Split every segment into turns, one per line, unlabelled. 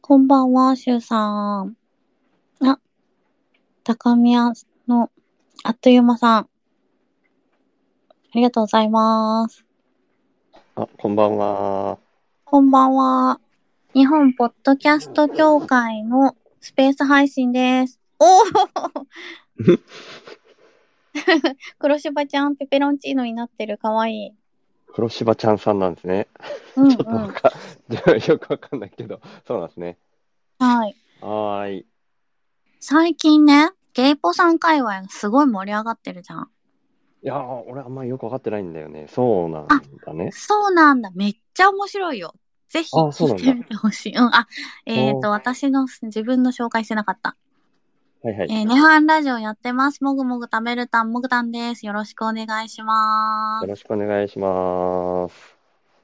こんばんは、しゅうさん。あ、高宮のあっという間さん。ありがとうございます。
あ、こんばんは。
こんばんは。日本ポッドキャスト協会のスペース配信です。おお 黒柴ちゃん、ペペロンチーノになってる。かわいい。
黒柴ちゃんさんなんですね。
うんう
ちょっとなん
ん。
か、 よくわかんないけど、そうなんですね。
はい。
はーい。
最近ね、ゲイポさん界隈がすごい盛り上がってるじゃん。
いやー、俺あんまよくわかってないんだよね。そうなんだね。
そうなんだ。めっちゃ面白いよ。ぜひ
あそうな
聞
ん
いて
だ
みてほしい。うん。あ、えっ、
お
と、私の自分の紹介してなかった。
はいはい。
えー、
よ
ネハンラジオやってます。もぐもぐ食べるたん、もぐたんです。よろしくお願いします。
ろしくお願いします。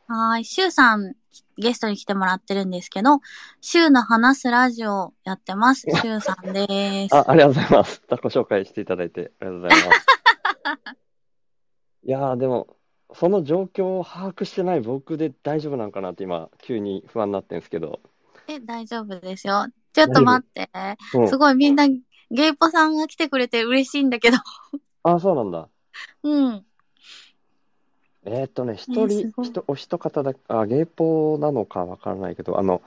はーい。シュウさん、ゲストに来てもらってるんですけど、シュウの話すラジオやってます。シュウさんです。
あ、ありがとうございます。自己紹介していただいてありがとうございます。 いやー、でも、その状況を把握してない僕で大丈夫なんかなって今、急に不安になってるんですけど。
え、大丈夫ですよ。ちょっと待って。
うん
す。ごいみんな、ゲイポさんが来てくれて嬉しいんだけど。
あ、そうなんだ。
うん。
えーっとね、一
えーす
人、
ごい
ひとお一方だけ、あ、芸法なのかわからないけど、あの、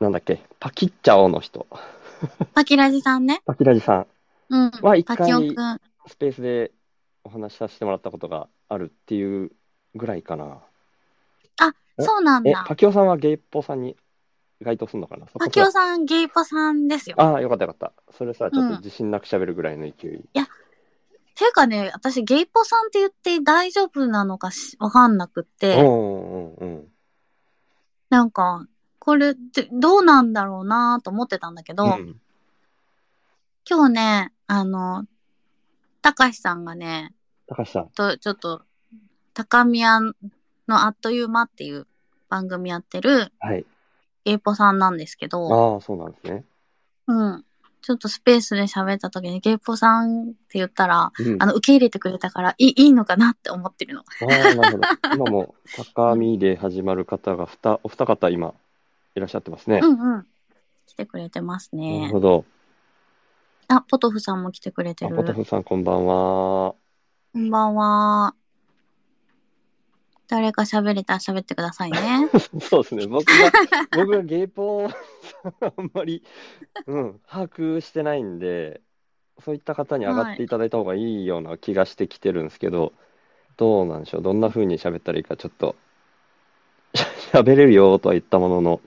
なんだっけ、パキッチャオの人、
パキラジさんね。
パキラジさん、
うん。
は一
パ
回
キオくん。
スペースでお話しさせてもらったことがあるっていうぐらいかな。
あ、
え
そうなん
え、
だ。
パキオさんは芸法さんに該当するのかなそこ
パキオさん、ゲイポさんですよ。
ああ、よかったよかった。それさ、ちょっ
うん
と自信なく喋るぐらいの勢い。
ていうかね、私、ゲイポさんって言って大丈夫なのかしわかんなくって、
うんうんうん。
なんか、これってどうなんだろうなと思ってたんだけど、
うん
今日ね、あの、たかしさんがね、
高橋さん。
と、ちょっと、高宮のあっという間っていう番組やってる
はい。
ゲイポさんなんですけど、
ああ、そうなんですね。
うん。ちょっとスペースで喋った時にゲイポさんって言ったら、
うん。
あ
あ
の、受け入れてくれたから、いい、いいのかなって思ってるの。
あ、なるほど。今も、高見で始まる方が、ふた、お二方今、いらっしゃってますね。
うんうん。来てくれてます
なる
ね。
ほど。
あ、ポトフさんも来てくれて
あ、
る。
ポトフさん、こんばんは。
こんばんは。誰か喋れたら喋ってください ね。
そうですね。僕が、 僕がゲイポをあんまり、うん、把握してないんで、そういった方に上がっていただいた方がいいような気がしてきてるんですけど、どうなんでしょう。どんな風に喋ったらいいか、ちょっと、喋れるよとは言ったものの、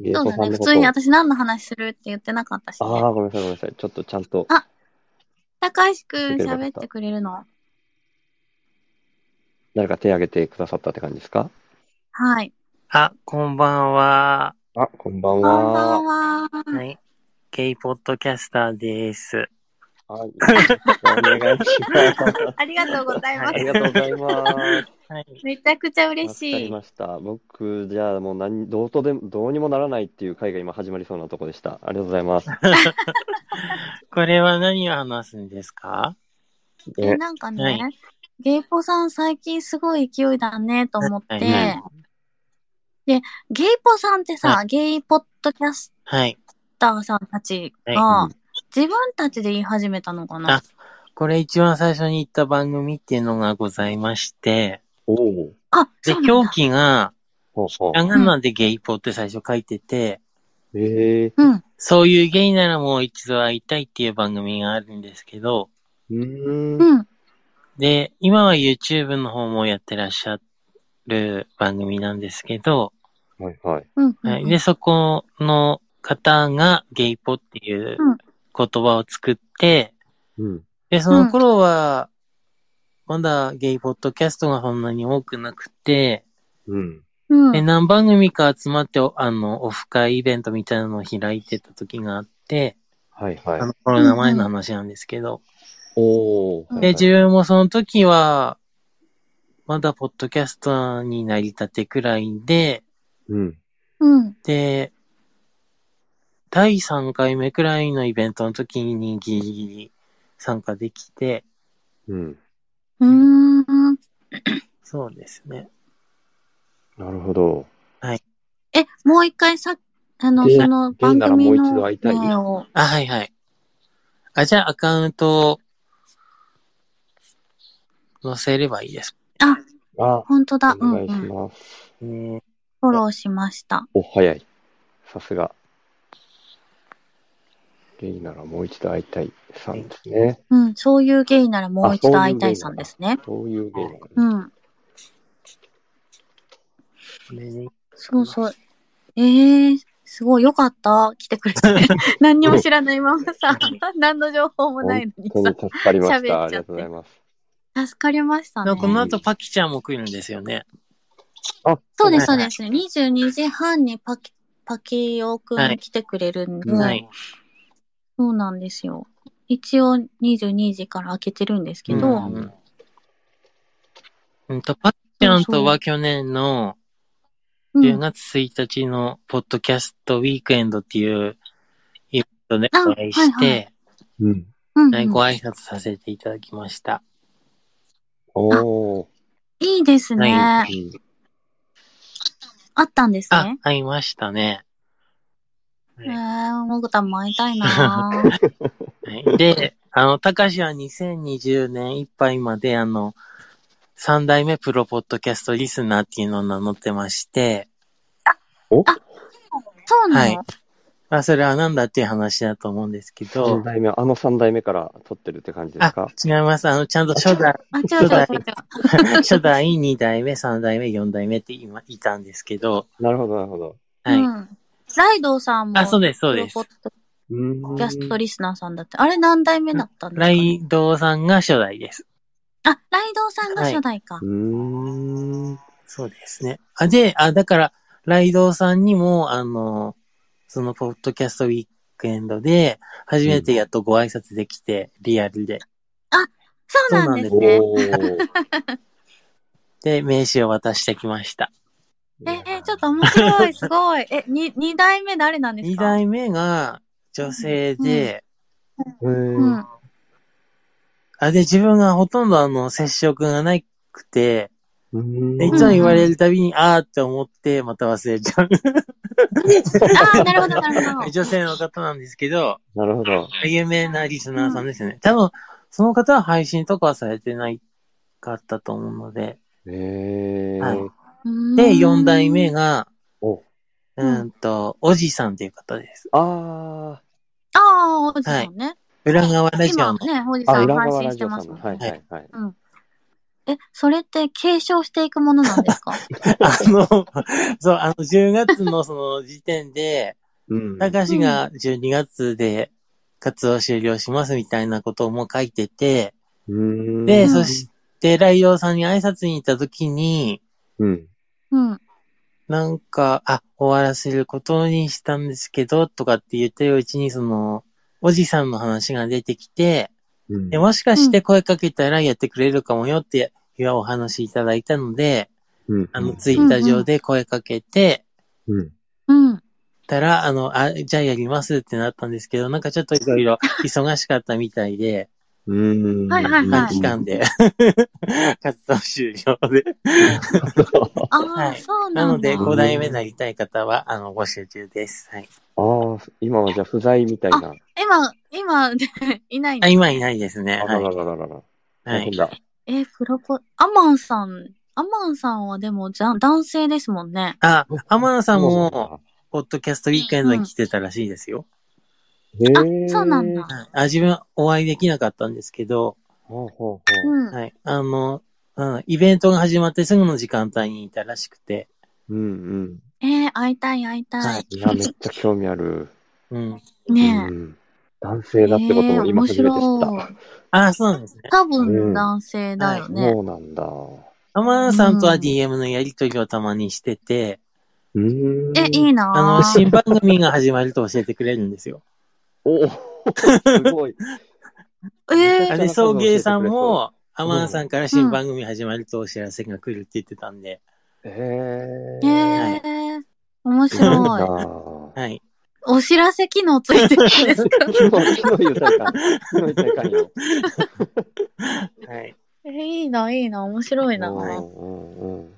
ゲイ
そう
ポ
だ
さ
ね。
んの
普
こと
通に私何の話するって言ってなかったし、
あ
ね。
あ、ごめんなさい、ごめんなさい。ちょっとちゃんと、
高橋くん喋ってくれるの
誰か手挙げてくださったって感じですか
はい。
あ、こんばんは。
あ、こんばん
こんばん
は。
は。
はい。ゲイポッドキャスターです。
はい。お願いします。
ありがとうございま
あ
す。
りがとうございます。
はい。
めちゃくちゃ嬉
わか
し
り
い。
ました。僕、じゃあもう何、どうとでも、どうにもならないっていう回が今始まりそうなとこでした。ありがとうございます。
これは何を話すんですか
え、
ね
なんか
は
ね
い、
ゲイポさん最近すごい勢いだねと思っ
は
て、
いはい
で、ゲイポさんってさ、ゲイポッドキャス
はい。
ターさんたちが
はい、
自分たちで言い始めたのかな
あこれ一番最初に言った番組っていうのがございまして、
おお。
あ、
で
そう、なん
狂
だ。
気が、
ほうほ
ひらがなでゲイポって最初書いてて、
う。ええ
うん。
そういうゲイならもう一度会いたいっていう番組があるんですけど、
うーん。
うん。
で、今は YouTube の方もやってらっしゃる番組なんですけど、
はいはい。
うん。う
はい。
ん
で、そこの方がゲイポっていう
うん
言葉を作って、
うん。
で、その頃は、まだゲイポッドキャストがそんなに多くなくて、
うん。
うん。
で、何番組か集まって、おあの、オフ会イベントみたいなのを開いてた時があって、
はいはい
あ。の、コロナ前の話なんですけど、
おお。
で、自分もその時は、まだポッドキャスターになりたてくらいで、
うん。
うん。
で、第3回目くらいのイベントの時にギリギリ参加できて、
うん。
うーん。
そうですね。
なるほど。
え、もう一回さ、あの、
で
その番
ならも
組
う一度
の
会いたい
名を、
あ、はいはい。あ、じゃあアカウントを載せればいいです。
あ、
本当だ、
お
うんう
願い
ん。
し
フ
ます。
えー
ォローしました。
お、早い。さすが。ゲイならもう一度会いたいさんですね。
うん、そういうゲイならもう一度会いたいさんですね。
そういうゲイなの
うん、
これに
そうそう。ええー、すごい、よかった。来てく れて。何にも知らないままさ、何の情報もないのに
本当
さ
に、助かりまし
喋
た。
っ
あ
ち
り
ゃって
がとうございます。
助かりましたね
なんか。この後パキちゃんも来るんですよね。
あ、
そうです、そ
は
う
い
で
は
す。22時半にパキ、パキオく
は
ん
い
来てくれるんで、
はい。
そうなんですよ。一応22時から開けてるんですけど、
うんうんうんと、パキちゃんとは去年
う
の
ん
10月1日のポッドキャストウィークエンドっていうイベントでお会いし
あはい
て、
うん。
うん
はい、
うん
ご挨拶させていただきました。
おー。
いいですね。
は
うん
あったんです
あ
ね、。
会いましたね。
えー、もぐたんも会いたいな
はいで、 あの、たかしは2020年いっぱいまで、あの、三代目プロポッドキャストリスナーっていうのを名乗ってまして、
そうなの、
はいまあ、それはなんだっていう話だと思うんですけど
三、代目、あの三代目から撮ってるって感じです
あ
か、
違います。あの、ちゃんと初 代、
あ、違う違う違う違う。
初代、二代目、三代目、四代目って今いたんですけど、
なるほど、なるほど。
はい。
うん。ライドウさんも、
あ、そうです、そうです
プ。ロポッド
うーん
キャストリスナーさんだって。あれ何代目だったんですか、
ライドウさんが初代です。
あ、ライドウさんが初代か。
うーん。
そうですね。あ、で、あ、だから、ライドウさんにも、あの、そのポッドキャストウィークエンドで、初めてやっとご挨拶できて、リアルで。
そうなんです
そう
ね。
おー。
で、名刺を渡してきました。
え、え、ちょっと面白い、すごい。え、に、二代目誰なんです
二
か
代目が女性で、
えー
うん。
あ、で、自分がほとんどあの、接触がなくて、
う
でい
ー
つ
ん
も言われるたびに、あーって思って、また忘れちゃう。
ああ、なるほど、なるほど。
女性の方なんですけど、
なるほど。
有名なリスナーさんですよね。多分、その方は配信とかはされてないかったと思うので。
えー。
はい
で
で、4代目。が、
お
うーんと、おじさんという方です。
あ
ああ、おじさんね。
裏側ラジオの。
今ね、おじ
ー。
さ
あ、
ん
裏
配
側
信
ラ
し
ジ
て
オ
ま
さん
す
の。
もんね。
はいはいはい。
え、それって継承していくものなんですか
あの、そう、あの、10月のその時点で、
うん
たかしが12月で活動終了しますみたいなことも書いてて、
うん
で、
うん
そして、ライオさんに挨拶に行った時に、
うん。
うん。
なんか、あ、終わらせることにしたんですけど、とかって言ってるうちに、その、おじさんの話が出てきて、
うん
でもしかして声かけたらやってくれるかもよっていうお話いただいたので、
うん
あの、ツイッター上で声かけて
うん。
うん。
たら、あの、あ、じゃあやりますってなったんですけど、なんかちょっといろいろ忙しかったみたいで、
うん。
はいはいはい
短期 間で、活動終了で。
ああ、
はい
そう
な
な
の
んだ。
で、
こ
5代目になりたい方は、あの、募集中です。はい。
ああ、今はじゃあ不在みたいな。
今、今、 いない
あ、
の
今いないですね。
あら
は
ら
い。
らららら。
は
大変
い。
だ。
え、プロポ、アマンさん、アマンさんはでも、じゃ、男性ですもんね。
あ、アマンさん
そうなんだ
も、ポッドキャストウィークエンドに来てたらしいですよ。
あ
へ、ー
そうなんだ。
はいあ、自分お会いできなかったんですけど、
ほうほうほ
うん。
はい。あの、うん、イベントが始まってすぐの時間帯にいたらしくて、
う。うん
えー、会いたい、会いた。
はい
うん。い や、めっちゃ興味ある。
うん。
ね
う
え。
ん。男性だってことも今初めて知った。
えー面白い
あ、そうなんですね。
多
う
分
ん
男性だよね。
そうなんだ。
アマンさんと
う
は
ん
DM のやりとりをたまにしてて、
うーん。
え、いいな
あの、
ぁ。
新番組が始まると教えてくれるん ですよ。
お すごい。
え
あ
ー
で、送迎さんも、アマンさんから新番組始まるとお知らせが来るって言ってたんで、
え
え
ー。
ー、面
すごい
白い。
な
はい。
お知らせ機能ついてるんです か
昨日、昨日言うたいかん。昨日言うたいかんよ。
はい。
えいいな、いいな、面白いな。
うんうんうん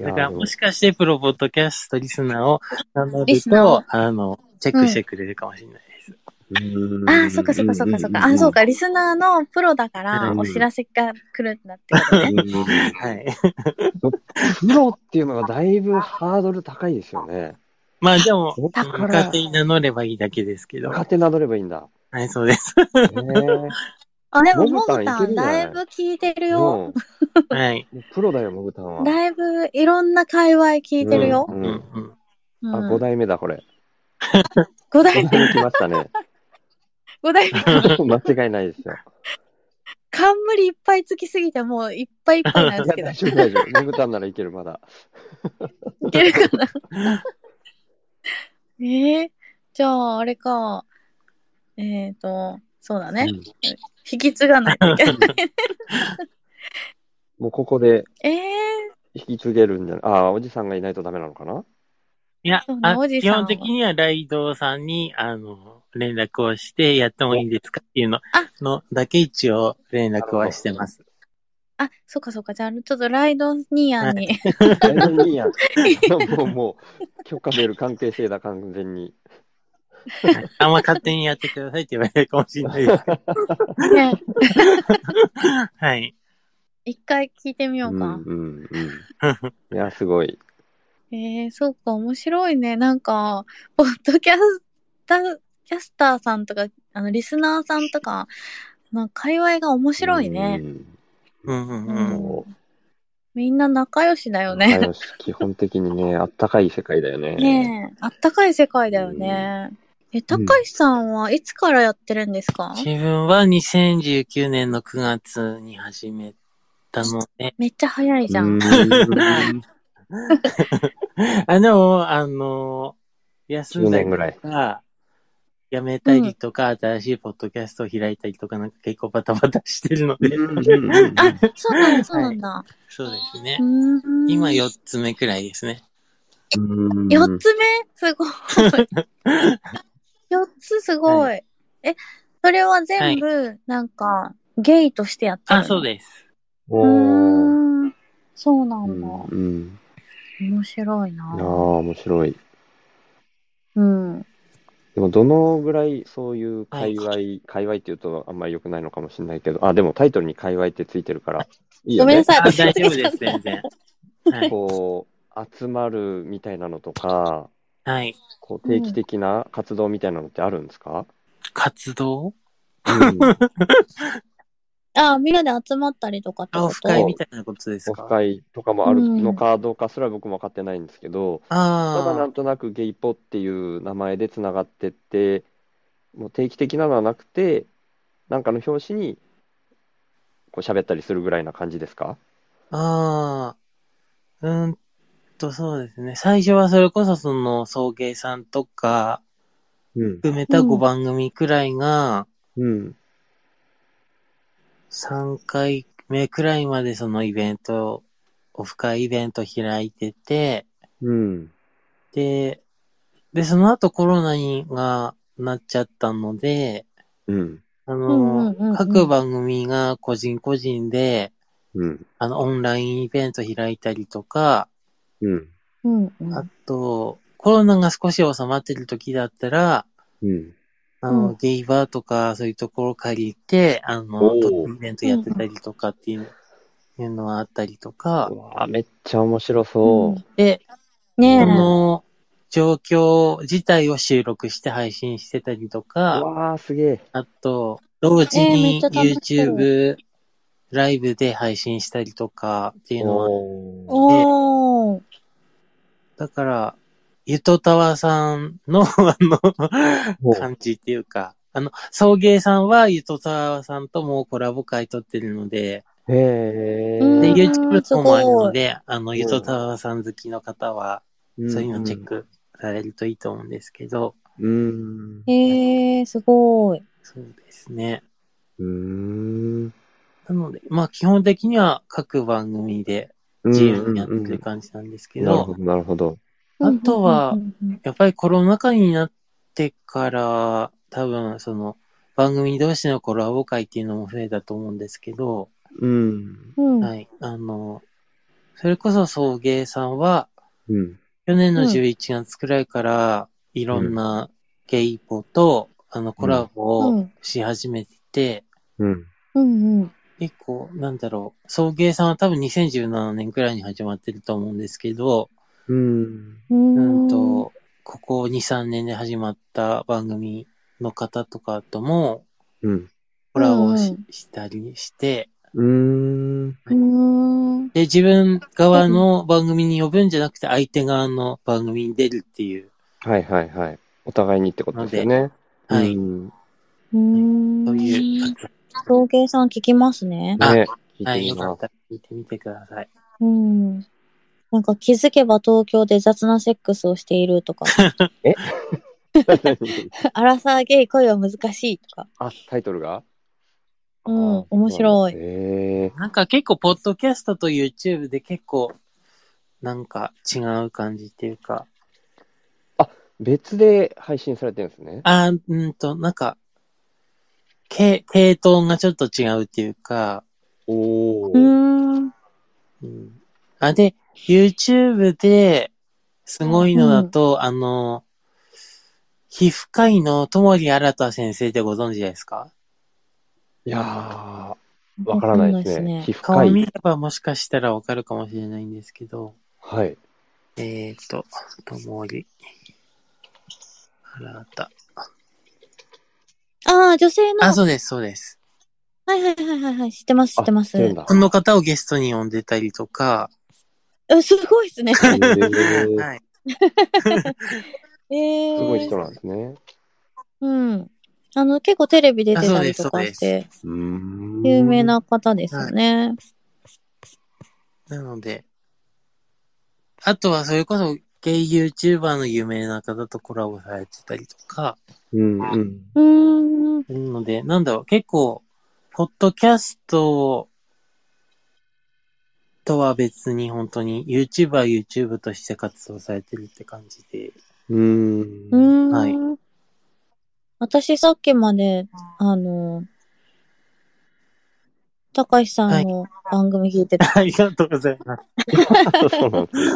だから、
いや
もしかして、プロポッドキャストリスナーを名乗
リ
る
スナーを
と、あの、チェックしてくれるかもしれないです。
うん
ああ、そっかそっかそっかそっか。あー、そう。か。リスナーのプロだから
う、ん
お知らせが来るんだってこと
う
ね。
んうんうん
はい。
プロっていうのがだいぶハードル高いですよね。
まあ、でも、
そっから
若手に名乗ればいいだけですけど。
若手名乗ればいいんだ。
はい、そうです。
ね
あ、でも、
モ
も
グタ
ぐた
ンいける
ん、
んじゃない
だいぶ聞いてる
え。
よ。
うん
はい。
もうプロだよ、モグタンは。
だいぶ、いろんな界隈聞いてるよ。
う
うんん
う
うんん。
うん
あ、5代目だ、これ。
五
5
代
代目来ましたね。
五代目。
間違いないですよ。
冠いっぱいつきすぎて、もういっぱいいっぱいなん
い
で
や
すけど
大。丈夫、大丈夫。モグタンならいける、まだ。
いけるかな えー、じゃあ、あれか。えっ、ー、と、そうだね。
うん
引き継がないといけない。
もうここで
え
引き継げるんじゃないああ、おじさんがいないとダメなのかない
や
そうね、
あ
おじ
基
さんは
本的にはライドさんに、あの、連絡をして、やってもいいですかっていうの、のだけ一応連絡はし てます。
ー、あ、そっかそっか。じゃあ、ちょっとライドニアに。
大丈夫いい やん。もう、もう、許可メール関係性だ、完全に。
あんま勝手にやってくださいって言われるかもしれな いですけど。
ね、
はい。
一回聞いてみようか。
うんうん うん。いや、すごい。
えー、そうか、面白いね。なんか、ポッドキャスター、キャスターさんとか、あの、リスナーさんとか、なんか、界隈が面白いね。
うんうん
うん。
うん。
も
みんな仲良しだ
う、
よ
仲
ね。
良し基本的にね、あったかい世界だよね。
ねえ、あったかい世界だよね。え、たかしさんはいつからやってるんですか、
自分は2019年の9月に始めたので、
めっちゃ早いじゃん。
10
あ、でも、あの、休んだ
年
り
ぐらい。
とか、やめたりとか、新しいポッドキャストを開いたりとか、なんか結構バタバタしてるので、
あ、そう なんだ、そうなんだ。
そうですね
う。ーん
今4つ目くらいですね。
四つ目す ごい。四つすごい。
は
え、それは全部、なんか、ゲイとしてやった
あ、そう
す。
です。
う
おー
ーん。そうな
うん
だ。
ん。
面白い
ああ、
な。
面白い。
うん。
でも、どのぐらいそういう界隈、界隈って言うとあんまり良くないのかもしれないけど、あ、でもタイトルに界隈ってついてるから、いいよ
ごめん
ね
な。さい。
あ、大丈夫です、全然。はい。
こう、集まるみたいなのとか、
はい。
こう定期的な活動みたいなのってあるんですか、
活動
うん、
あ、みんなで集まったりとかって
あオ
こ
フ会
と
みたいなことです
オ
か
フ会とかもあるのかどうかすら僕も分かってないんですけど、ただな
あ
んとなくゲイポっていう名前でつながってって、もう定期的なのはなくて、なんかの表紙にこう喋ったりするぐらいな感じですか
あ。ああ。うーんと、そうですね。最初はそれこそその、送迎さんとか、
うん。
含めた5番組くらいが、
うん。
3回目くらいまでそのイベント、オフ会イベント開いてて、
うん。
で、で、その後コロナにがなっちゃったので、
うん。
あ
うんうん
の
うんうん、
各番組が個人個人で、
うん。
あの、オンラインイベント開いたりとか、
うん。
うん
あと、コロナが少し収まってる時だったら、
うん。
あ
う
の
ん、
ゲイバーとか、そういうところ借りて、あの、
おー
トップイベントやってたりとかっていう、いうのはあったりとか
う、わあめっちゃ面白そうう。
で、
ね
こ
え。
の状況自体を収録して配信してたりと
う
か、
わあすげえ。
あと、同時
えーめっ
に
ちゃ楽しそう
YouTube ライブで配信したりとかっていうの
お
は、
ー
おー。
だから、ゆとたわさんの、 あ
お
の、感じっていうか、あの、送迎さんはゆとたわさんともコラボ会撮ってるので、
へ
う
で、
ん
え。
YouTube とかもあるの
す
で、あの、ゆとたわさん好きの方は、そういうのチェックされるといいと思うんですけど、
うん。
えー、すごい。
そうですね。
うん。
なので、まあ基本的には各番組で自由にやってる感じなんですけ
なる
ど、
ほど、なるほど。
あとは
うんうんうん
やっぱりコロナ禍になってから、多分その番組同士のコラボ会っていうのも増えたと思うんですけど、
うん。
うん、うん
はい、あの、それこそ送迎さんは、
うん。
去年の
うん
11月くらいから、いろんなゲイポと、あの、コラボ
う
を
ん
し始めてて、
うん。
うんうん。
結構、なんだろう、送迎さんは多分2017年くらいに始まってると思うんですけど、
うん。
う
うん
ん
と、ここ2、3年で始まった番組の方とかとも、
うん。
コラボを
う
し
ん
したりして、
うん。
うん。
で、自分側の番組に呼ぶんじゃなくて、相手側の番組に出るっていう、
はいはいはい。お互いにってことですよね。
のではい
うん
うん。
そういう、
陶芸さん聞きますね。
あ
ね、聞い
は
て
い、
み
よか
ま
ったら聞いてみてください。
うん。なんか気づけば東京で雑なセックスをしている とか、
す。
アラサーゲイ恋は難しいとか。
あ、タイトルが
うん
あ
面白い
そうなんだへえ。
なんか結構、ポッドキャストと YouTube で結構、なんか違う感じっていうか、
別で配信されてるんですね。
あーうんと、なんか、系、系統がちょっと違うっていうか、
お
う
ー。
ん。
うん、あ、で、YouTube で、すごいのだと、あの、皮膚科医の友利新先生ってご存知ですか
いやー、わからないですね。皮膚科
顔見
医。
ればもしかしたらわかるかもしれないんですけど、
はい。
えっ、ー、と、友利。新た。
ああ、女性の。
あ、そうです、そうです。
はいはいはいはいはい。知ってます、知ってま
あ知ってる
す
ん。だ
この方をゲストに呼んでたりとか、
え、すごいです ね。
へー
はい。
え
す
ー。
ごい人なんですね。
うん。あの、結構テレビ出てたりとか
あ
し
そう
て、
うーん
有名。な方ですよね。
なので、あとはそれこそゲイ YouTuber の有名な方とコラボされてたりとか、
うんうん。
うーん。
なので、なんだろう、結構、ポッドキャストとは別に本当に YouTuber は YouTube として活動されてるって感じで、
うー。
うんーん。
はい
私さっきまで、あの、たかしさんの番組聞いてた。
ありがとうございます。
そうなんですね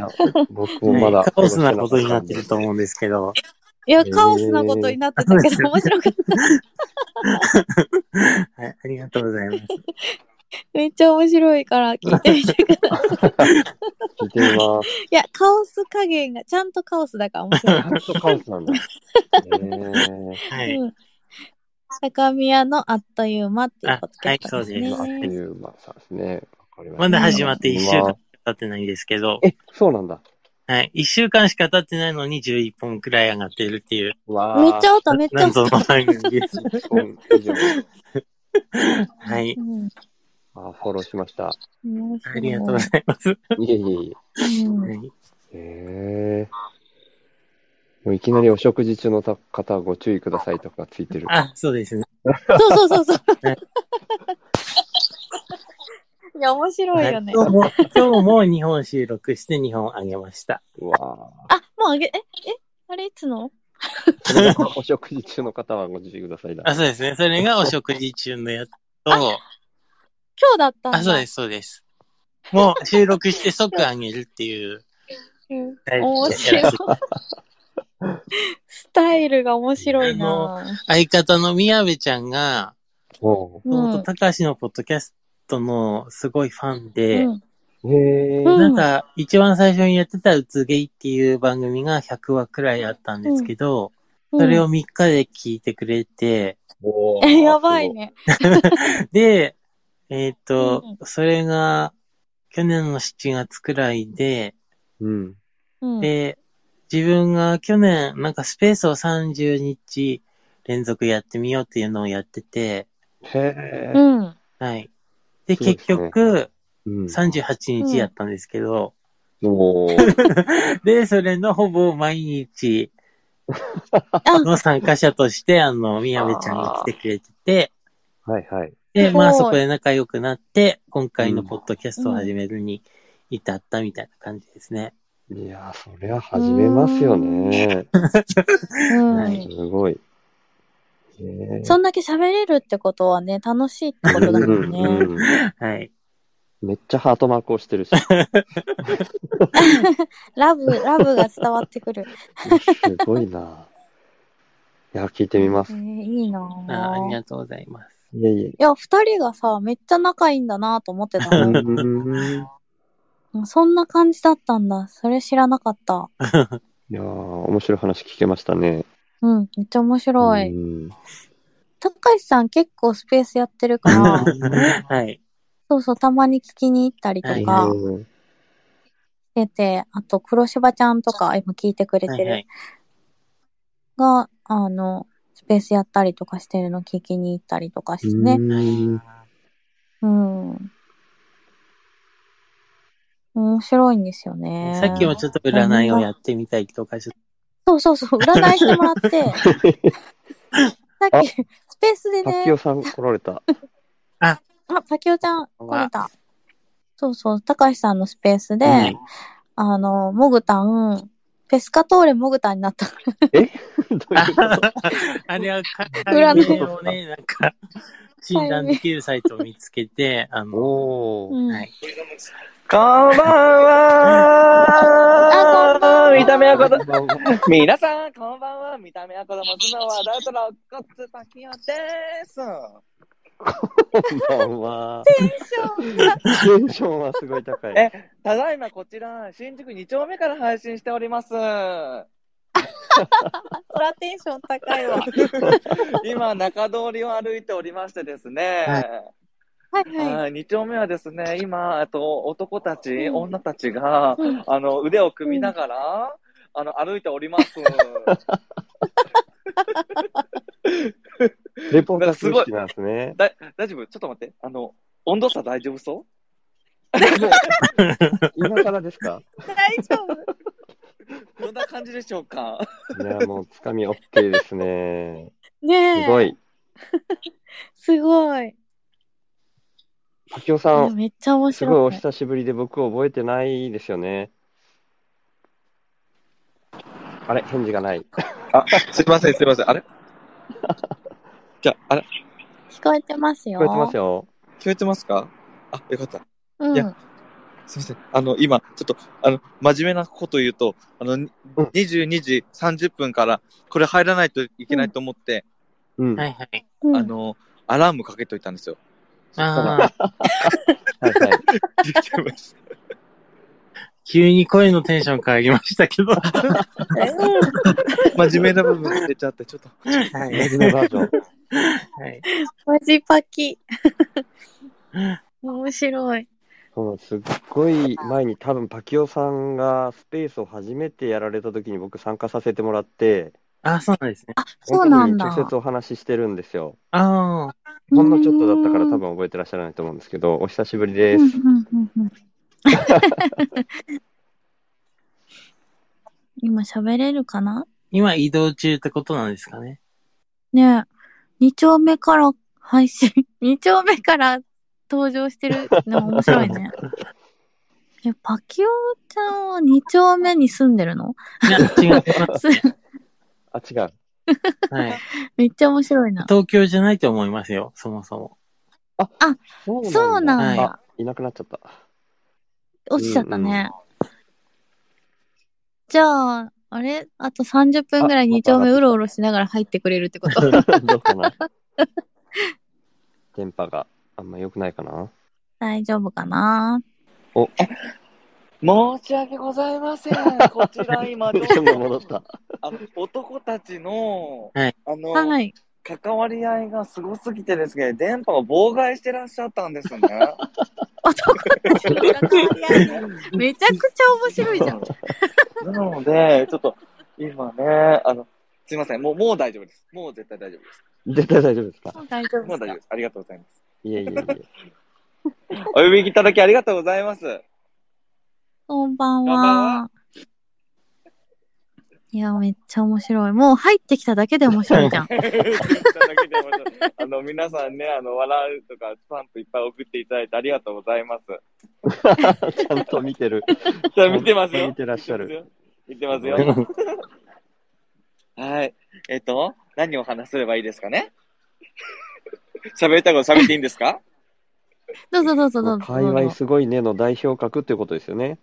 はい
僕もまだ。
カオスなことになってると思うんですけど、
いや、カオスなことになってた けど、面白かった。
はい、ありがとうございます。
めっちゃ面白いから聞いてみてください。
聞いてみます。
いや、カオス加減が、ちゃんとカオスだから面白い
ち。ゃんとカオスなんだ。へ
はい。
うん。高宮のあっという間っていうことでした
え
え。
ね。
あっという間さんですね。わかりました
まだ始まって1週間経ってないんですけど、
え、そうなんだ。
はい。1週間しか経ってないのに11本くらい上がってるっていう、
わー
めっちゃあった、めっちゃあっ
謎の
た。
番組です。
一本以上
はい。
うん
あ、フォローしました。
面白い
ありがとうございます。
いえいえい
うん
はい
え。へえ。もういきなりお食事中の方ご注意くださいとかついてる。
あ、そうですね。
そうそうそうそう
ね。
いや、面白いよね。
はい今日も、今日も2本収録して2本あげました。
うわ
あ、もうあげ、え、え、あれいつの
ーお食事中の方はご注意くださいだ。
あ、そうですね。それがお食事中のやつと、
今日だったんだ。。
あ、そうですす、そうです。もう収録して即あげるっていう。
面白 い。スタイルが面白いな
相方の宮部ちゃんが、
う
お
ん
本当高橋のポッドキャストのすごいファンで、
うん
うへえ。
うん
なんか、一番最初にやってたうつげいっていう番組が100話くらいあったんですけど、それを3日で聞いてくれて、
お
う
ー
ん やばい。ね。
で、えっ、と、
うん
それが、去年の7月くらいで、
すごいうん。
うん
で、自分が去年、なんかスペースを30日連続やってみようっていうのをやってて、
へえ。
うん。
はい。で、
そうで
結
すね
局、
うん
38日やったんですけど、
おー
で、それのほぼ毎 日の参加者として、あの、宮部ちゃんが来てくれてて、
はいはい。
で、まあ
す
そ
ごい
こで仲良くなって、今回のポッドキャストを始めるに至ったみたいな感じですね。
いやー、そりゃ始めますよね。
う
は
ん
す。ごい。へえ。
そんだけ喋れるってことはね、楽しいってことだもんね。
うんうんうん
はい。
めっちゃハートマークをしてるし、
ラブ、ラブが伝わってくる。
すごいな。いや、聞いてみま
え
す。
ー、いいな
ああり
ぁ。い
がとうございます。
いえいえ。
や、二人がさ、めっちゃ仲いいんだなと思ってた
う
の。
ーん
そんな感じだったんだ。それ知らなかった。
いやー、面白い話聞けましたね。
うん、めっちゃ面白い。
うん
高橋さん結構スペースやってる から、
はい。
そうそう、たまに聞きに行ったりとか
あ
うん
してて、あと黒柴ちゃんとか今聞いてくれ
はい
て
は
る
い。
が、あの、スペースやったりとかしてるの聞きに行ったりとかしてね。
うん
うん。面白いんですよね。
さっきもちょっと占いをやってみたりとか、ちょっ
そうそうそう、占いしてもら って、さっき、スペースで
タッキ
ね
オ、さん来られ た。
あ、パキオちゃん
こんばん
来
は
れた。そうそう、高橋さんのスペースで、
と。はい
あの、モグタン、ペスカトーレモグタンになった。
どういうこ
あ
と
あれは、か
占い
解明をね、 なんか、診断できるサイトを見つけて、あ の、
おー。
うん
はい。
こんばんは
あこんばんは
見た目はこど、
こんばんは
皆さん、こんばんは見た目は子供頭脳はアダルトのコツパキオです
こんばんは。テンションはすごい高い。
えただいまこちら、新宿2丁目から配信してお ります。
そらテンション高いわ。はい
今、中通りを歩いておりましてですね。
は
はい。
はい、2丁目はですね、今、あと男たち、
うん
女たちが、
うん
あの、腕を組みながら、あの、歩いております。
レポーター形式なんですね。
だ、大丈夫ちょっと待って。あの、温度差大丈夫そ
今からですか
大丈夫
うどんな感じでしょうか
いや、もうつかみ OK ですね。
ねえ。
すご。い。
すごい。
パキオさん、
めっちゃ面
すごい
白
お
い。
久しぶりで僕覚えてないですよね。あれ返事がない。
あ、すいません、すいません。 あれじゃあ、あれ
聞こえてますよ。
聞こえてますよ。
聞こえてますかあ、よかった。
うん。
いやすいません。あの、今、ちょっと、あの、真面目なこと言うと、あの、に
うん
22時30分から、これ入らないといけないと思って、
うん。
は
はい
いはい。
うん
あの、アラームかけといたんですよ。
ああ、
はい。
言ってました
急に声のテンション変わりましたけど。は
うん
真面目な部分が出ちゃって、ちょっと。
同
い。
じのバージョン。
はい。
マジパキ。面白い。
そうすっごい前に多分パキオさんがスペースを初めてやられた時に僕参加させてもらって、
あ、そうなんですね。
あ、そうなんだ。
その時に直接お話ししてるんですよ。
ああ。
ほんのちょっとだったから多分覚えてらっしゃらないと思うんですけど、お久しぶりです。
うんうんうんうん 今喋れるかな
今移動中ってことなんですかね。
ねえ、二丁目から配信、 二丁目から登場してるの面白い ね。え、パキオちゃんは二丁目に住んでるの
いや、違 う。
す
あ、違う。
はい。
めっちゃ面白いな。
東京じゃないと思いますよ、そもそ
そうなん
も。
だ。
そうなんだ
あ、いなくなっちゃった。
落ちちゃった
うんう
ね
ん。
じゃあ、あれあと30分ぐらい二丁目
あまた上がってきた
うろうろしながら入ってくれるってこと
どうかな。電波があんま良くないかな。
大丈夫かな
申し訳ございません。こちら 今、
でも戻った。
あの男たちの、
はい
あの、
はい。
関わり合いがすごすぎてですね、電波を妨害してらっしゃったんですね。
男たちの関わり合いねめちゃくちゃ面白いじゃん。
なので、ちょっと、今ね、あの、すいません、もう、もう大丈夫です。もう絶対大丈夫です。
絶対大丈夫ですか
大丈
もう
夫
大丈夫
で
です。ありがとうございます。
いえいえいえ。
お呼びいただきありがとうございます。
こんばん
こんばん
は。いや、めっちゃ面白い。もう入ってきただけで面白い じゃん。
いただけてもあの、皆さんね、あの、笑うとか、スタンプいっぱい送っていただいてありがとうございます。
ちゃんと見てる。
じゃあ見てますよ。
見てらっしゃる。
見てますよ。はい。えっと、何を話せればいいですかね喋りたいこと喋っていいんですか
どうぞどうぞどうぞ。
界隈すごいねの代表格っていうことですよね。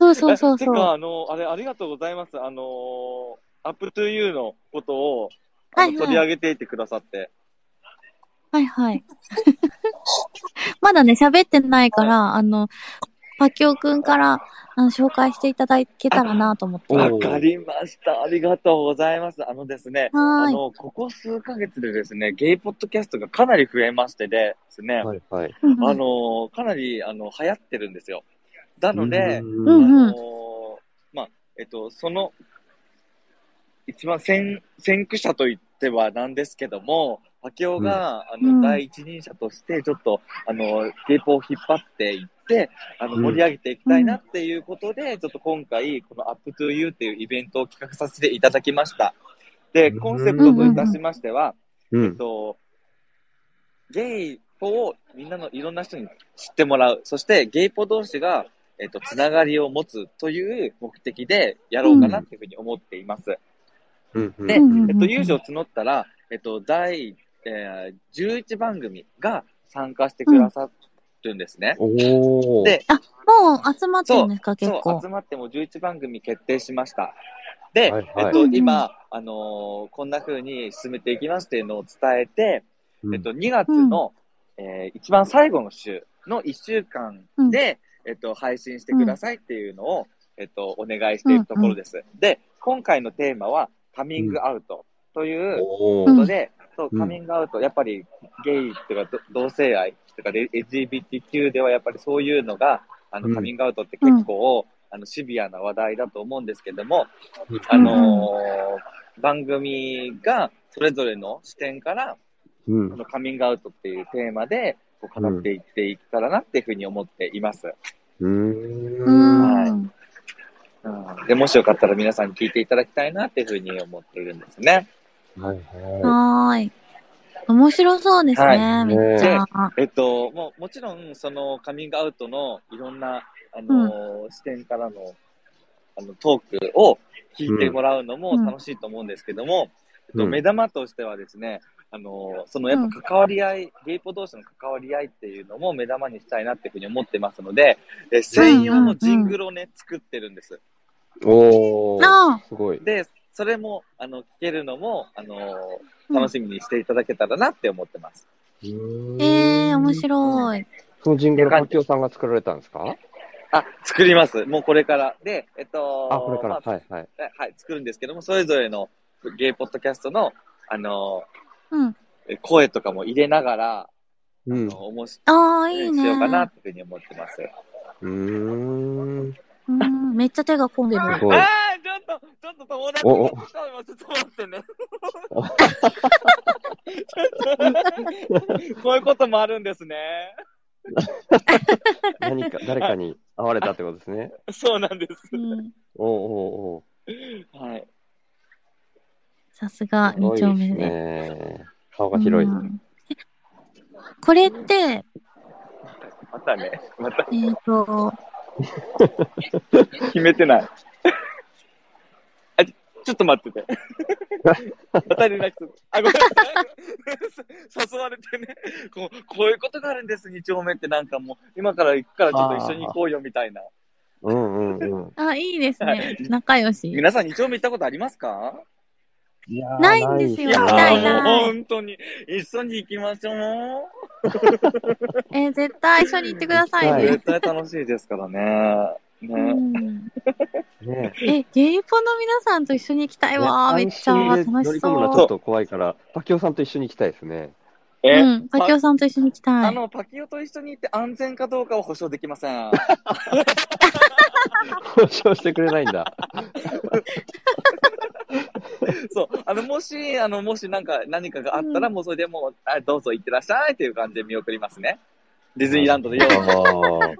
そうそうそう
て
そう。
か、
は
あの、あれ、ありがとうございます。あのー、アップトゥーユーのことを、あの
はいはい
取り上げていてくださって。
いはい。 まだね、喋ってないから、あの、パキオくんから、あの、紹介していただけたらなと思って。
お
は
わ
う
かりました。ありがとうございます。あのですね、あ
ーい。
の、ここ数ヶ月でですね、ゲイポッドキャストがかなり増えましてでですね、
はいはい。
うん
あの、かなり、あの、流行ってるんですよ。なので、
う
うん
ん
あのまあ、えっと、その、一番先、先駆者と言ってはなんですけども、パケオが、あの、
うん
第一人者として、ちょっと、あの、ゲイポを引っ張っていって、あの、
うん
盛り上げていきたいなっていうことで、ちょっと今回、このアップトゥーユーっていうイベントを企画させていただきました。で、コンセプトといたしましては、
うん
えっ。と、ゲイポをみんなのいろんな人に知ってもらう。そしてゲイポ同士が、えっと、つながりを持つという目的でやろうかなっていうふうに思っています。
うんうん
で
うんうん
えっと、有事を募ったら、えっと、第、えー11番組が参加してくださるんですね。
おお。
で
もう集まってるんですか、結
そ
構
う、集。まっても11番組決定しました。で、
はいはい
えっと、今、あのーこんな風に進めていきますっていうのを伝えて、
うん
えっと、2月の、えー一番最後の週の1週間で、えっと、配信してくださいっていうのを、えっと、お願いしているところです。で、今回のテーマは、カミングアウトという
お
う
ー
ん
ことで、そう、
うん
カミングアウト、やっぱりゲイとかど同性愛とかで LGBTQ ではやっぱりそういうのが、あ
うん
の、カミングアウトって結構、あの、シビアな話題だと思うんですけども、
うん
あのー番組がそれぞれの視点から、
う
こ
ん。
のカミングアウトっていうテーマで、こう語っていっていったらなっていうふうに思っています。
う
うーん。
はい
ん。
うん、でもしよかったら皆さんに聞いていただきたいなっていうふうに思っているんですね。
はいは
はーい。面白そうです
は
ね、
い
めっちゃ。
えっと、もうもちろん、そのカミングアウトのいろんな、あのー視点からのあのトークを聞いてもらうのも
うん
楽しいと思ううんですけども、えっ
う
と、
ん
目玉としてはですね、あのーそのやっぱ関わり合い、ゲイポ同士の関わり合いっていうのも目玉にしたいなっていうふうに思ってますので、え専用のジングルをね、作ってるんです。
い。おお。
あ
すごい。
で、それも、あの、聞けるのも、あの
う
ー
ん
楽しみにしていただけたらなって思ってます。
うーん
ーえー、面白い。
そのジングル、パキオさんが作られたんですか
あ、作ります。もうこれから。で、えっと、
あ、これか
ま
ら。
あ
はいはい。
はい、はい、作るんですけども、それぞれのゲイポッドキャストの、あの
うん。
ー声とかも入れながら、
う
あ
ん。
のおもし、
ああ、いい
し
ね
よう。かなっていうふうに思ってます。
うーん。
うん、めっちゃ手が込んでる。
すごい。
あーちょっと、ちょっと友達
おお
ちょっと待っ てね。
お
ちょっと、こういうこともあるんですね。
何か、誰かに会われたってことですね。
そうなんです。
うん
おお
はい。
さすが、
ー
二
おお。す
丁
ごい
目
です
で。
ね。顔が広い。
うんえこれって、
またね、また
えっ、と、
決めてない。あ、ちょっと待ってて。また連絡する。あ、ごめんなさい。誘われてねこう。こういうことがあるんです、2丁目ってなんかもう、今から行くからちょっと一緒に行こうよみたいな。
うんうんうん。
あ、いいです
は
ね
い。
仲良し。
皆さん2丁目行ったことありますか
いやー
ないんですよ
な
ー
い
ない
もう
ない
本当に。一緒に行きましょう。
えー絶対一緒に行ってください
は
ね
絶。対楽しいですからね。
う
ね。
ん、
ね
え、ゲイポの皆さんと一緒に行きたいわー。めっちゃ
安心で
楽し
乗り込むのは
そ
ちょ
う
っ。と怖いから、パキオさんと一緒に行きたいですね。
え、
うん、パキオさんと一緒に行きた
あ
い。
の、パキオと一緒に行って安全かどうかを保証できません。
交渉してくれないんだ。
そう。あの、もし、あの、もしなんか、何かがあったら、
う
もうそれでもう、あどうぞ行ってらっしゃいっていう感じで見送りますね。ディズニーランドで
あ
夜。
ー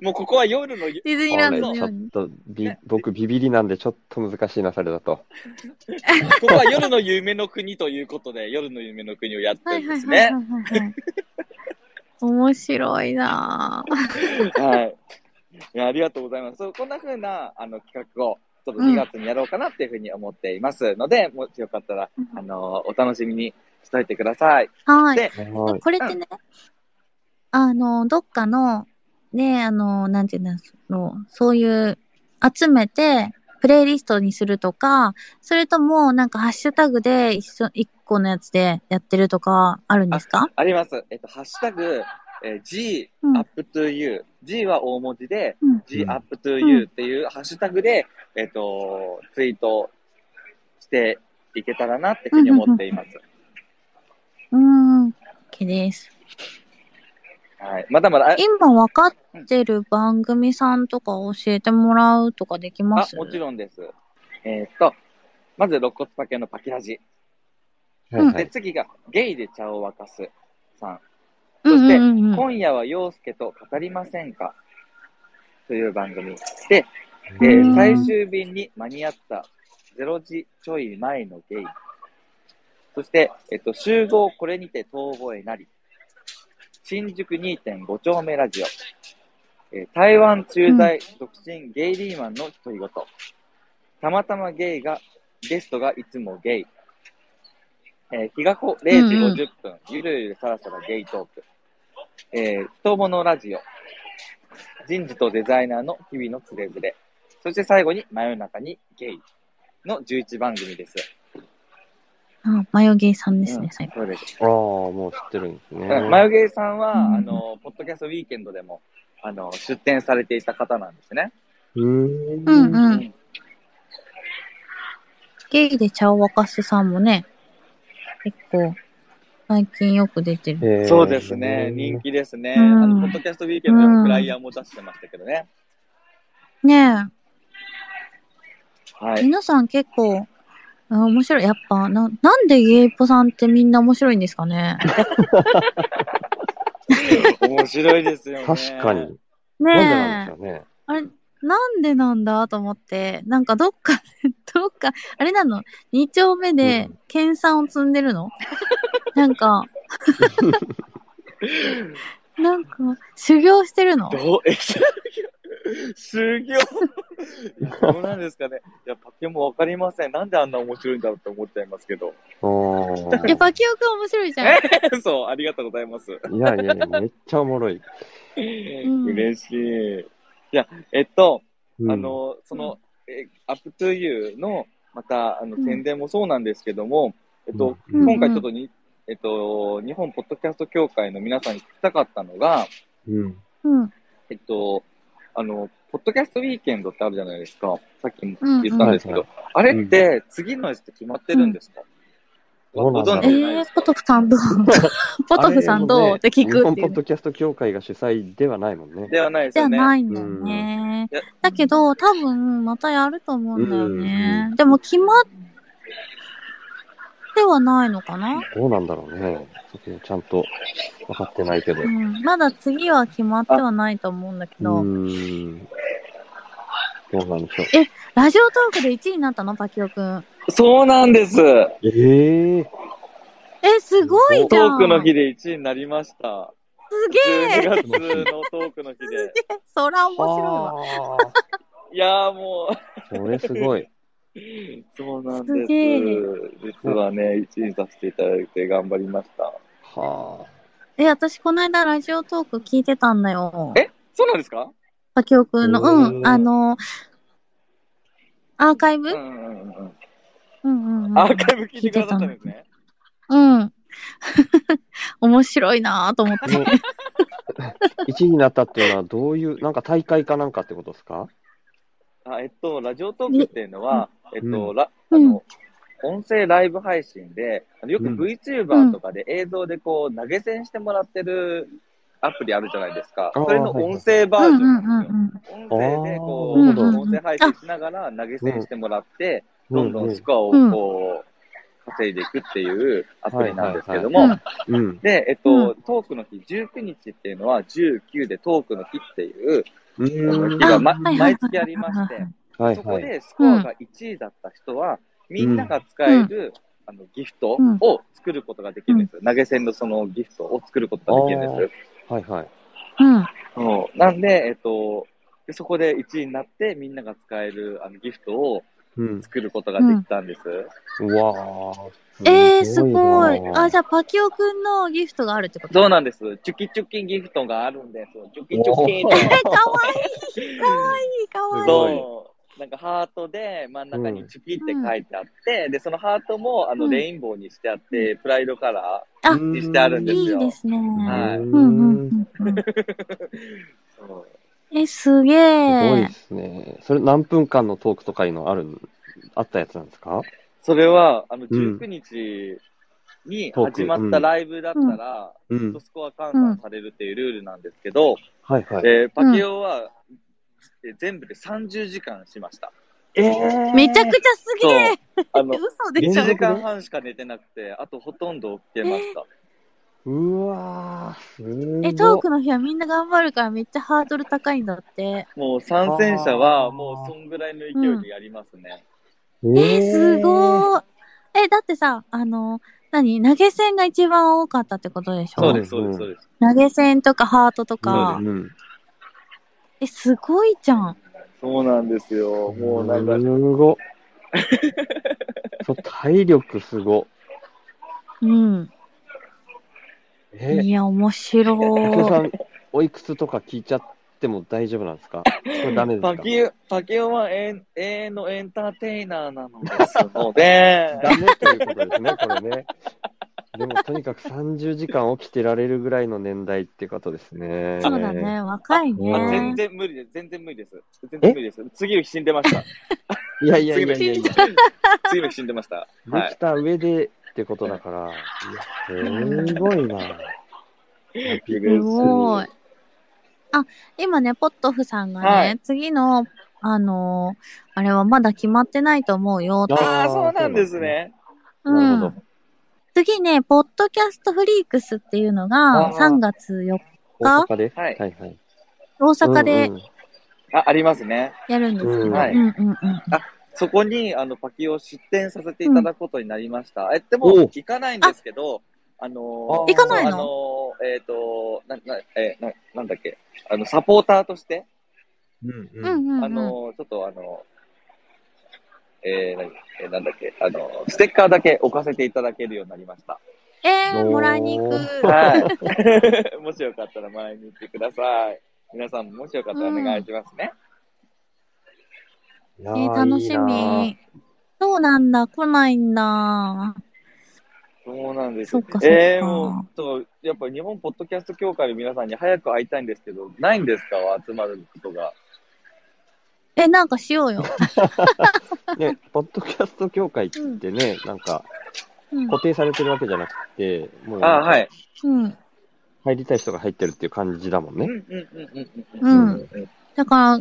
もうここは夜の、
ディズニーランドのように。
ちょっとび僕ビビりなんでちょっと難しいな、それだと。
ここは夜の夢の国ということで、夜の夢の国をやって
は
る
い
ん
は
で
い
す
はいはい
ね。
はいはい。 面白いなぁ。
はい。いやありがとうございます。そうこんな風な、あの、企画を、ちょっと2月にやろうかなっていうふうに思っていますので、もしよかったら、あの、お楽しみにしといてください。
はい。
で
はい。
これってね、あの、どっかの、ね、あの、なんていうんだろう、そういう、集めて、プレイリストにするとか、それとも、なんか、ハッシュタグで一緒、一個のやつでやってるとか、あるんですか
あります。えっと、ハッシュタグ、えー G
うん
up to you。G は大文字で、
うん
G up to
う
you っていうハッシュタグで、えっと、ツイートしていけたらなってふうに思っています。
うーん。OK です。
はい。まだまだ、あ
今分かってる番組さんとか教えてもらうとかできま
あ
す
もちろんです。えーっと、まず、肋骨パケのパキラジ。
はいは
で、
い。
次が、ゲイで茶を沸かすさん。
うんうんうんうん。
今夜は陽介と語りませんかという番組。で、え
う
ー
ん
最終便に間に合った0時ちょい前のゲイ。そして、えっと、集合これにて遠吠えなり。新宿2.5丁目ラジオ。えー台湾駐在独身ゲイリーマンの独り言。たまたまゲイが、ゲストがいつもゲイ。えー日がこ0時50分、ゆるゆるさらさらゲイトーク。えー、人物ラジオ。人事とデザイナーの日々のつれづれ。そして最後に、真夜中にゲイの11番組です。
あ、マヨゲーさんですね、
うん
最後。
そうです。
ああ、もう知ってるんですね。
マヨゲイさんは、
うん
あの、ポッドキャストウィーケンドでも、あの、出展されていた方なんですね。
うーん
うん
う
うん。。ゲイで茶を沸かすさんもね、結構、最近よく出てる。
えー
そうですね。人気ですね。あ
うん
の、ポッドキャストウィーケンドでもフライヤーも出してましたけどね。
ね
は
え、
い。
皆さん結構、あ面白い。やっぱ、な、なんでゲイポさんってみんな面白いんですか ね。
面白いですよね。
確かに。。
ねえ。
なんでなんですかね。
あれ、なんでなんだと思って、なんかどっか、 どっか、あれなの二丁目で
う、
研鑽を積んでるのなん か、なんか、修行してるの
どう、え、修行修行いやどうなんですかね。いや、パッケンもわかりません。なんであんな面白いんだろうって思っちゃいますけど。
お
え、
ー
パキオくん面白いじゃん。
そう、ありがとうございます。
いやいやいや、めっちゃおもろい。
ん
嬉しい。いや、えっと、
うん
あ、の、その、え、up to you の、また、あの、宣伝もそうなんですけども、えっと、
うん
今回ちょっとに、えっと、日本ポッドキャスト協会の皆さんに聞きたかったのが、
うん。
うん。
えっと、あの、ポッドキャストウィーケンドってあるじゃないですか。さっきも言ったんですけど、
うん
あれって次のやつって決まってるんですか、
うん
ごご存
え
知じゃないで
ー
す、か
ポトフさんどう ポトフさんどう、って聞
日
くっ
本
て
ポ
い
ッ
う
ド
ね。
キャスト協会が主催ではないもんね。
ではないです
じゃ
よね。
ないんだよね。
いや
だけど、多分、またやると思うんだよ
うん
ね。でも、決まってはないのかな
どうなんだろうね。そこちゃんと分かってないけど。
う、
うん
まだ次は決まってはないと思うんだけど、
ーん。どうなんでしょう。
ラジオトークで1位になったのパキオくん。
そうなんです。
えー、
え、すごいじ
ト
ゃん
ークの日で1位になりました。
すげ
12
え
月のトークの日で。
そら面白いわ。
あ
いやーも
ーそれすご い。
う、 そうなん
すげえ
です。実はね、1位にさせていただいて頑張りました。
は
え、私この間ラジオトーク聞いてたんだよ。
えそうなんですか
パキオくんの、
うん
うん、あの、アーカイブ
う
うん
んうんうんうん。
うんうん。
アーカイブ聞いてくださったんですね。
うん。 面白いなぁと思って。
あ。ね一位になったっていうのはどういう、なんか大会かなんかってことですか
あえっと、ラジオトークっていうのは、えっと、
う
ラあの、音声ライブ配信で、あのよく
うん
VTuber とかで映像でこう投げ銭してもらってるアプリあるじゃないですか。
あー
それの音声バ
う
ー
んう
ジ
ん
ョン
うんうんん。
なですよ。音声でこ
あ
う、
ー
なるほど
音声配信しながら投げ銭してもらって、どんどんスコアを
うん
こう、稼いでいくっていうアプリなんですけど
はいはいは
も
い、
うんうん。
で、えっ
う
と、トークの日、19日っていうのは19でトークの日っていう、
う
あの
ん
日がま
あはいはいはい
毎月ありまして、
はい
そこ
はい。
でスコアが1位だった人は、みんなが使える、あのギフトを作ることができるんですよ。投げ銭のそのギフトを作ることができるんです
は
よ。
いはい。
うん。
そうなんで、えっと、でそこで1位になってみんなが使えるあのギフトを
うん。
作ることができたんです。
うわー
えー、すごい。
な
あ、じゃあ、パキオくんのギフトがあるってこと
そうなん
で
です。チュキチュキギフトがあるんです。チュキチュキって。
え、かわい い。かわいい、かわいい。
すごい
そう。なんかハートで真ん中にチュキって書いてあって、で、そのハートもあの
うん
レインボーにしてあって、プライドカラ
あ
にしてあるんです
い
よ
いですね。
はい
うんうんうんうん。
ー。そう
え、すげ
すごい
え
で。すね。それ何分間のトークとかいうのあるんあったやつなんですか
それは、あの、
うん
19日に
トーク
始まったライブだったら、
う
ド
ん。
スコア換算されるっていうルールなんですけど、
はいはい。
えーパケオは、えー全部で30時間しました。
えー
めちゃくちゃすげえ。
あの、
嘘で
連
し
1
ょ
続
時間半しか寝てなくて、あとほとんど起きてました。
うわー、すごい。
え、トークの日はみんな頑張るからめっちゃハードル高いんだって。
もう参戦者は
あー
もうそんぐらいの勢いでやりますね。
えー、す
い。
ごーえ、だってさ、あの、何投げ銭が一番多かったってことでしょ
そうです、そうで
う
す、
ん
そうです。
投げ銭とかハートと
う
か。
ん。
え、すごいじゃん。
そうなんですよ。もうなんか、
すご。そう、体力すご。
うん。
えー
いや、面白
パキオさ
ー。
ん、おいくつとか聞いちゃっても大丈夫なんですかこれダメですか
パキオ、パキオは永遠のエンターテイナーなのです
、
ので
ダメということですね、これね。でも、とにかく30時間起きてられるぐらいの年代ってことですね。
そうだ。ね、若い
え
あ
ー
全
ね。
然無理です。全然無理です。全然無理です。次の日死んでました。
いやいやいやいやいや。
次の日死んでました。は
で
い
き。た上でってことだから、いやすごいな。
すごい。あ、今ね、ポットフさんがね、
はい
次の、あのーあれはまだ決まってないと思うよって。
ああ、そうなんですね。
なるほ
う
ど
ん。次ね、ポッドキャストフリークスっていうのが、
あー
3月4日、
大阪で
はい
はいはい。
大阪で
うんうん
あ、ありますね。
やるんですけど。
う
うんん
はい
うんうん。
そこに、あの、パキオ出店させていただくことになりました。え、でも、
おう
行かないんですけど、あの
あ行
ー、
かない
の
あのー、えっ、と、な、な、えーな、なんだっけ、あの、サポーターとして、
うん
うんうんうん。
あのー、ちょっとあのー、えーなにえーなんだっけ、あのー、ステッカーだけ置かせていただけるようになりました。
えー、もらいに行く。
はい。もしよかったら前に行ってください。皆さんももしよかったらお願いしますね。
い
え
やー
ー、楽しみ。。そうなんだ、来ないんだ。
そうなんです
そ
よ
っかそっか
えー、もう、そう、やっぱ日本ポッドキャスト協会の皆さんに早く会いたいんですけど、ないんですか集まることが。
え、なんかしようよ。
いいなね、ポッドキャスト協会ってね、なんか
うん。
固定されてるわけじゃなくて、もう
ああ、はい。
うん。
入りたい人が入ってるっていう感じだもん
うん
ね。
うんうんうんうん。
うん。だから、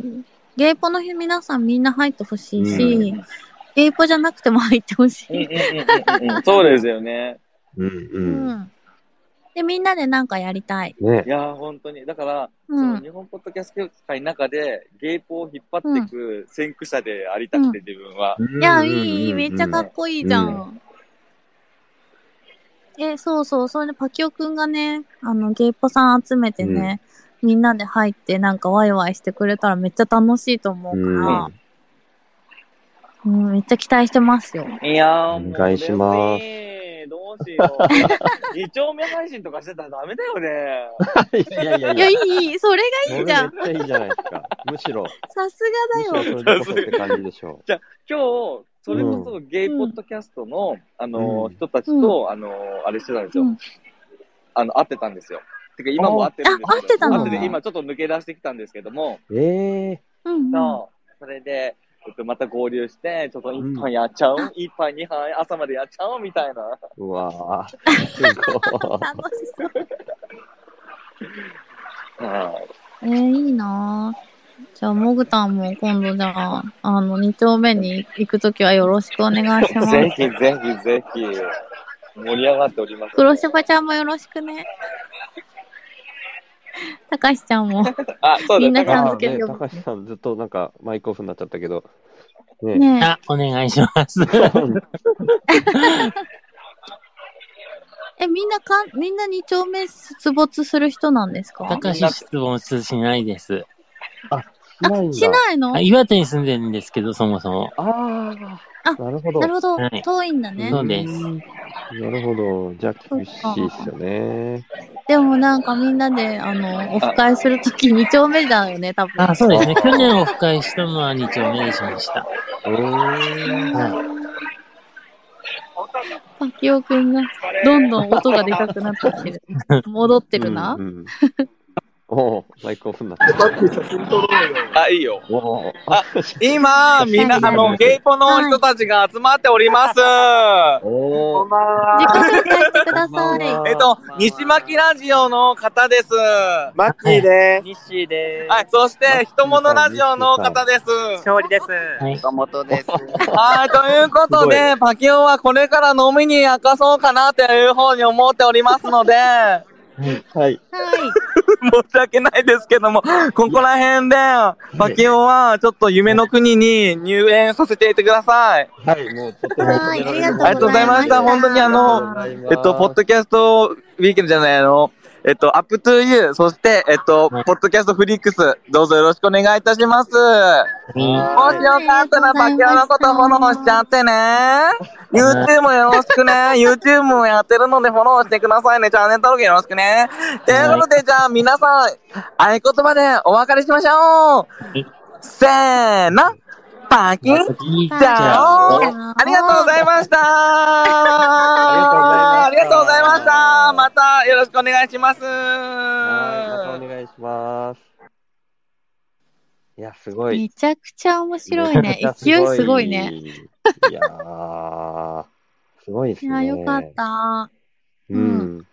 ゲイポの日皆さんみんな入ってほしいし、
うん
ゲイポじゃなくても入ってほし
うんうん
い。
うんうんうんそうですよね。
うん
う。
うん
で、みんなでなんかやりたい。
ん。ね
い。やー、本当に。だから、
う
その
ん。
日本ポッドキャスト協会の中で、ゲイポを引っ張っていく先駆者でありたくて、自分は。
いや、
うんうんうん
いい、めっちゃかっこいいじゃん。え、そうそう、それでパキオくんがね、あの、ゲイポさん集めてね、みんなで入ってなんかワイワイしてくれたらめっちゃ楽しいと思うから、うん、めっちゃ期待してますよ。
いやー、もう
お願いします
嬉しいどうしよう。 二丁目配信とかしてたらダメだよね。
いやいやい
いや、
や
い。い、いい、それがいいじゃん。
それめっちゃいいじゃないですか。むしろ、
さすが
むし
だ
ろ
よ。
それこそって感じでしょ
今日、それこそゲイポッドキャストの、あのー、
うん
人たちと、あのー、あれしてたんですよ。
うん
あの、会ってたんですよ。てか、今も会ってるんです
あ会ってた
の
てて今ちょっと抜け出してきたんですけども、
う。ええ
うん、うん。
そうそれで、えっと、また合流して、ちょっと一杯やっちゃう、一杯二杯朝までやっちゃおうみたいな。
ー、うわー、すごい。
楽しそう。
は
え
い
ー、いいなぁ。じゃあ、モグタンも今度じゃあ、あの、2丁目に行くときはよろしくお願いし ます。
ぜひぜひぜひ、盛り上がっております。
黒シャバちゃんもよろしくね。たかしちゃんも。
あ、そうだ
みんな
だか
ち
ら
ゃん付けで
あ
呼
ー
ぶ
ね高橋さんずっとなんかマイクオフになっちゃったけど、ね
ね
あ、お願いし ます。
え。え、みんなかん、みんな2丁目出没する人なんですか
高橋質問しないです。
しないんだ
しないの
あ岩手に住んでるんですけど、そもそも。
あああ、なるほど。
なるほど
はい。
遠いんだね
そ。うです
なるほど。じゃあ、厳しいっすよね。
でもなんかみんなで、あの、オフ会するとき2丁目だよね、多分。
あ、そうですね。去年オフ会したのは2丁目にしました。
うーん。
は
パキオくんが、どんどん音がでかくなってきて る。戻ってるな
う。んうんおお、マイクオフになっ
パ
た。
ッキー写真撮ろうよ。
あ、いいよ。
おお、
今、みんな、あの、ゲイポの人たちが集まっております。
お
こ
お
ん、ばん
自
は。
己紹介してください。
えっと、西巻ラジオの方です。は
マッキーで
ニッシーで
い、そして、人物ラジオの方です
す。。勝利です。
い。
岡本です。
はい、ということで、パキオンはこれから飲みに明かそうかなという方に思っておりますので、
はい。
はい。
申し訳ないですけども、ここら辺で、パキオンはちょっと夢の国に入園させていてください。
はい、もう、とても
はい。ありがとうございました。
ありがとうございました本当にあのえっと、ポッドキャストウィークエンドじゃないあの、えっと、アップトゥーユー、そして、えっと、ポッドキャストフリックス、どうぞよろしくお願いいたします。
は
もしよかったら、パキオのことフォローしちゃってね。YouTube もよろしくね。YouTube もやってるのでフォローしてくださいね。チャンネル登録よろしくね。ということで、じゃあ皆さん、合言葉でお別れしましょう
い。
せーの、パキンチ
い。じ
ャ
ゃ
オ
あ、
ありがとうございましたあ
あ
り
り
が
が
と
と
う
う
ご
ご
ざ
ざ
い
い
ま
ま
し
した
たまたよろしくお願いします
はい、またお願いします。いや、すごい。
めちゃくちゃ面白いね。勢いすごいね。。
いやー、すごいです
い
ね。
や、よかった。
うん。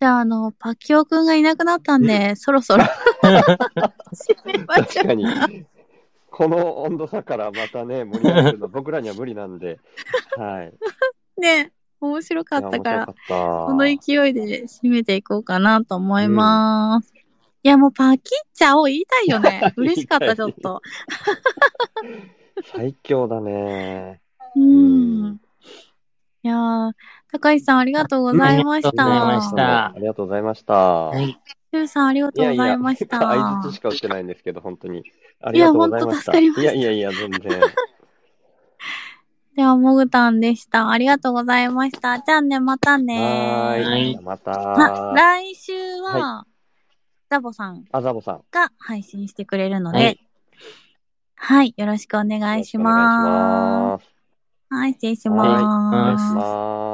じゃあ、あの、パキオくんがいなくなったんで、そろそろ。閉めましょ
確かに。この温度差からまたね、盛り上げる の、僕らには無理なんで。はい。
うね。面白かったか
いや面白
ら
か。った。こ
この勢いで締めていこうかなと思います。いや、もうパキッチャを言いたいよね。嬉しかった、ちょっと。
最強だね。
うん。いやー、高橋さんありがとうございまし
ありがとうございま
た
し。た
ありがとうございました。
はい。
シュウさんありがとうございました。
いやいや、相槌しか打ってないんですけど、本当に。ありがとうございました。
いや本当助かりました
いやいやいや、全然。
では、もぐたんでした。ありがとうございました。じゃあね、また
は
ね。
ーい。ま
ま、
た。
来週は、ザボさん
あざぼさん。
が配信してくれるので、は
はいい、
よろしくお願いし
よろくお願いし
ま
ます。
す。はい、失礼し
はいお
ま
願いし
す。
ます。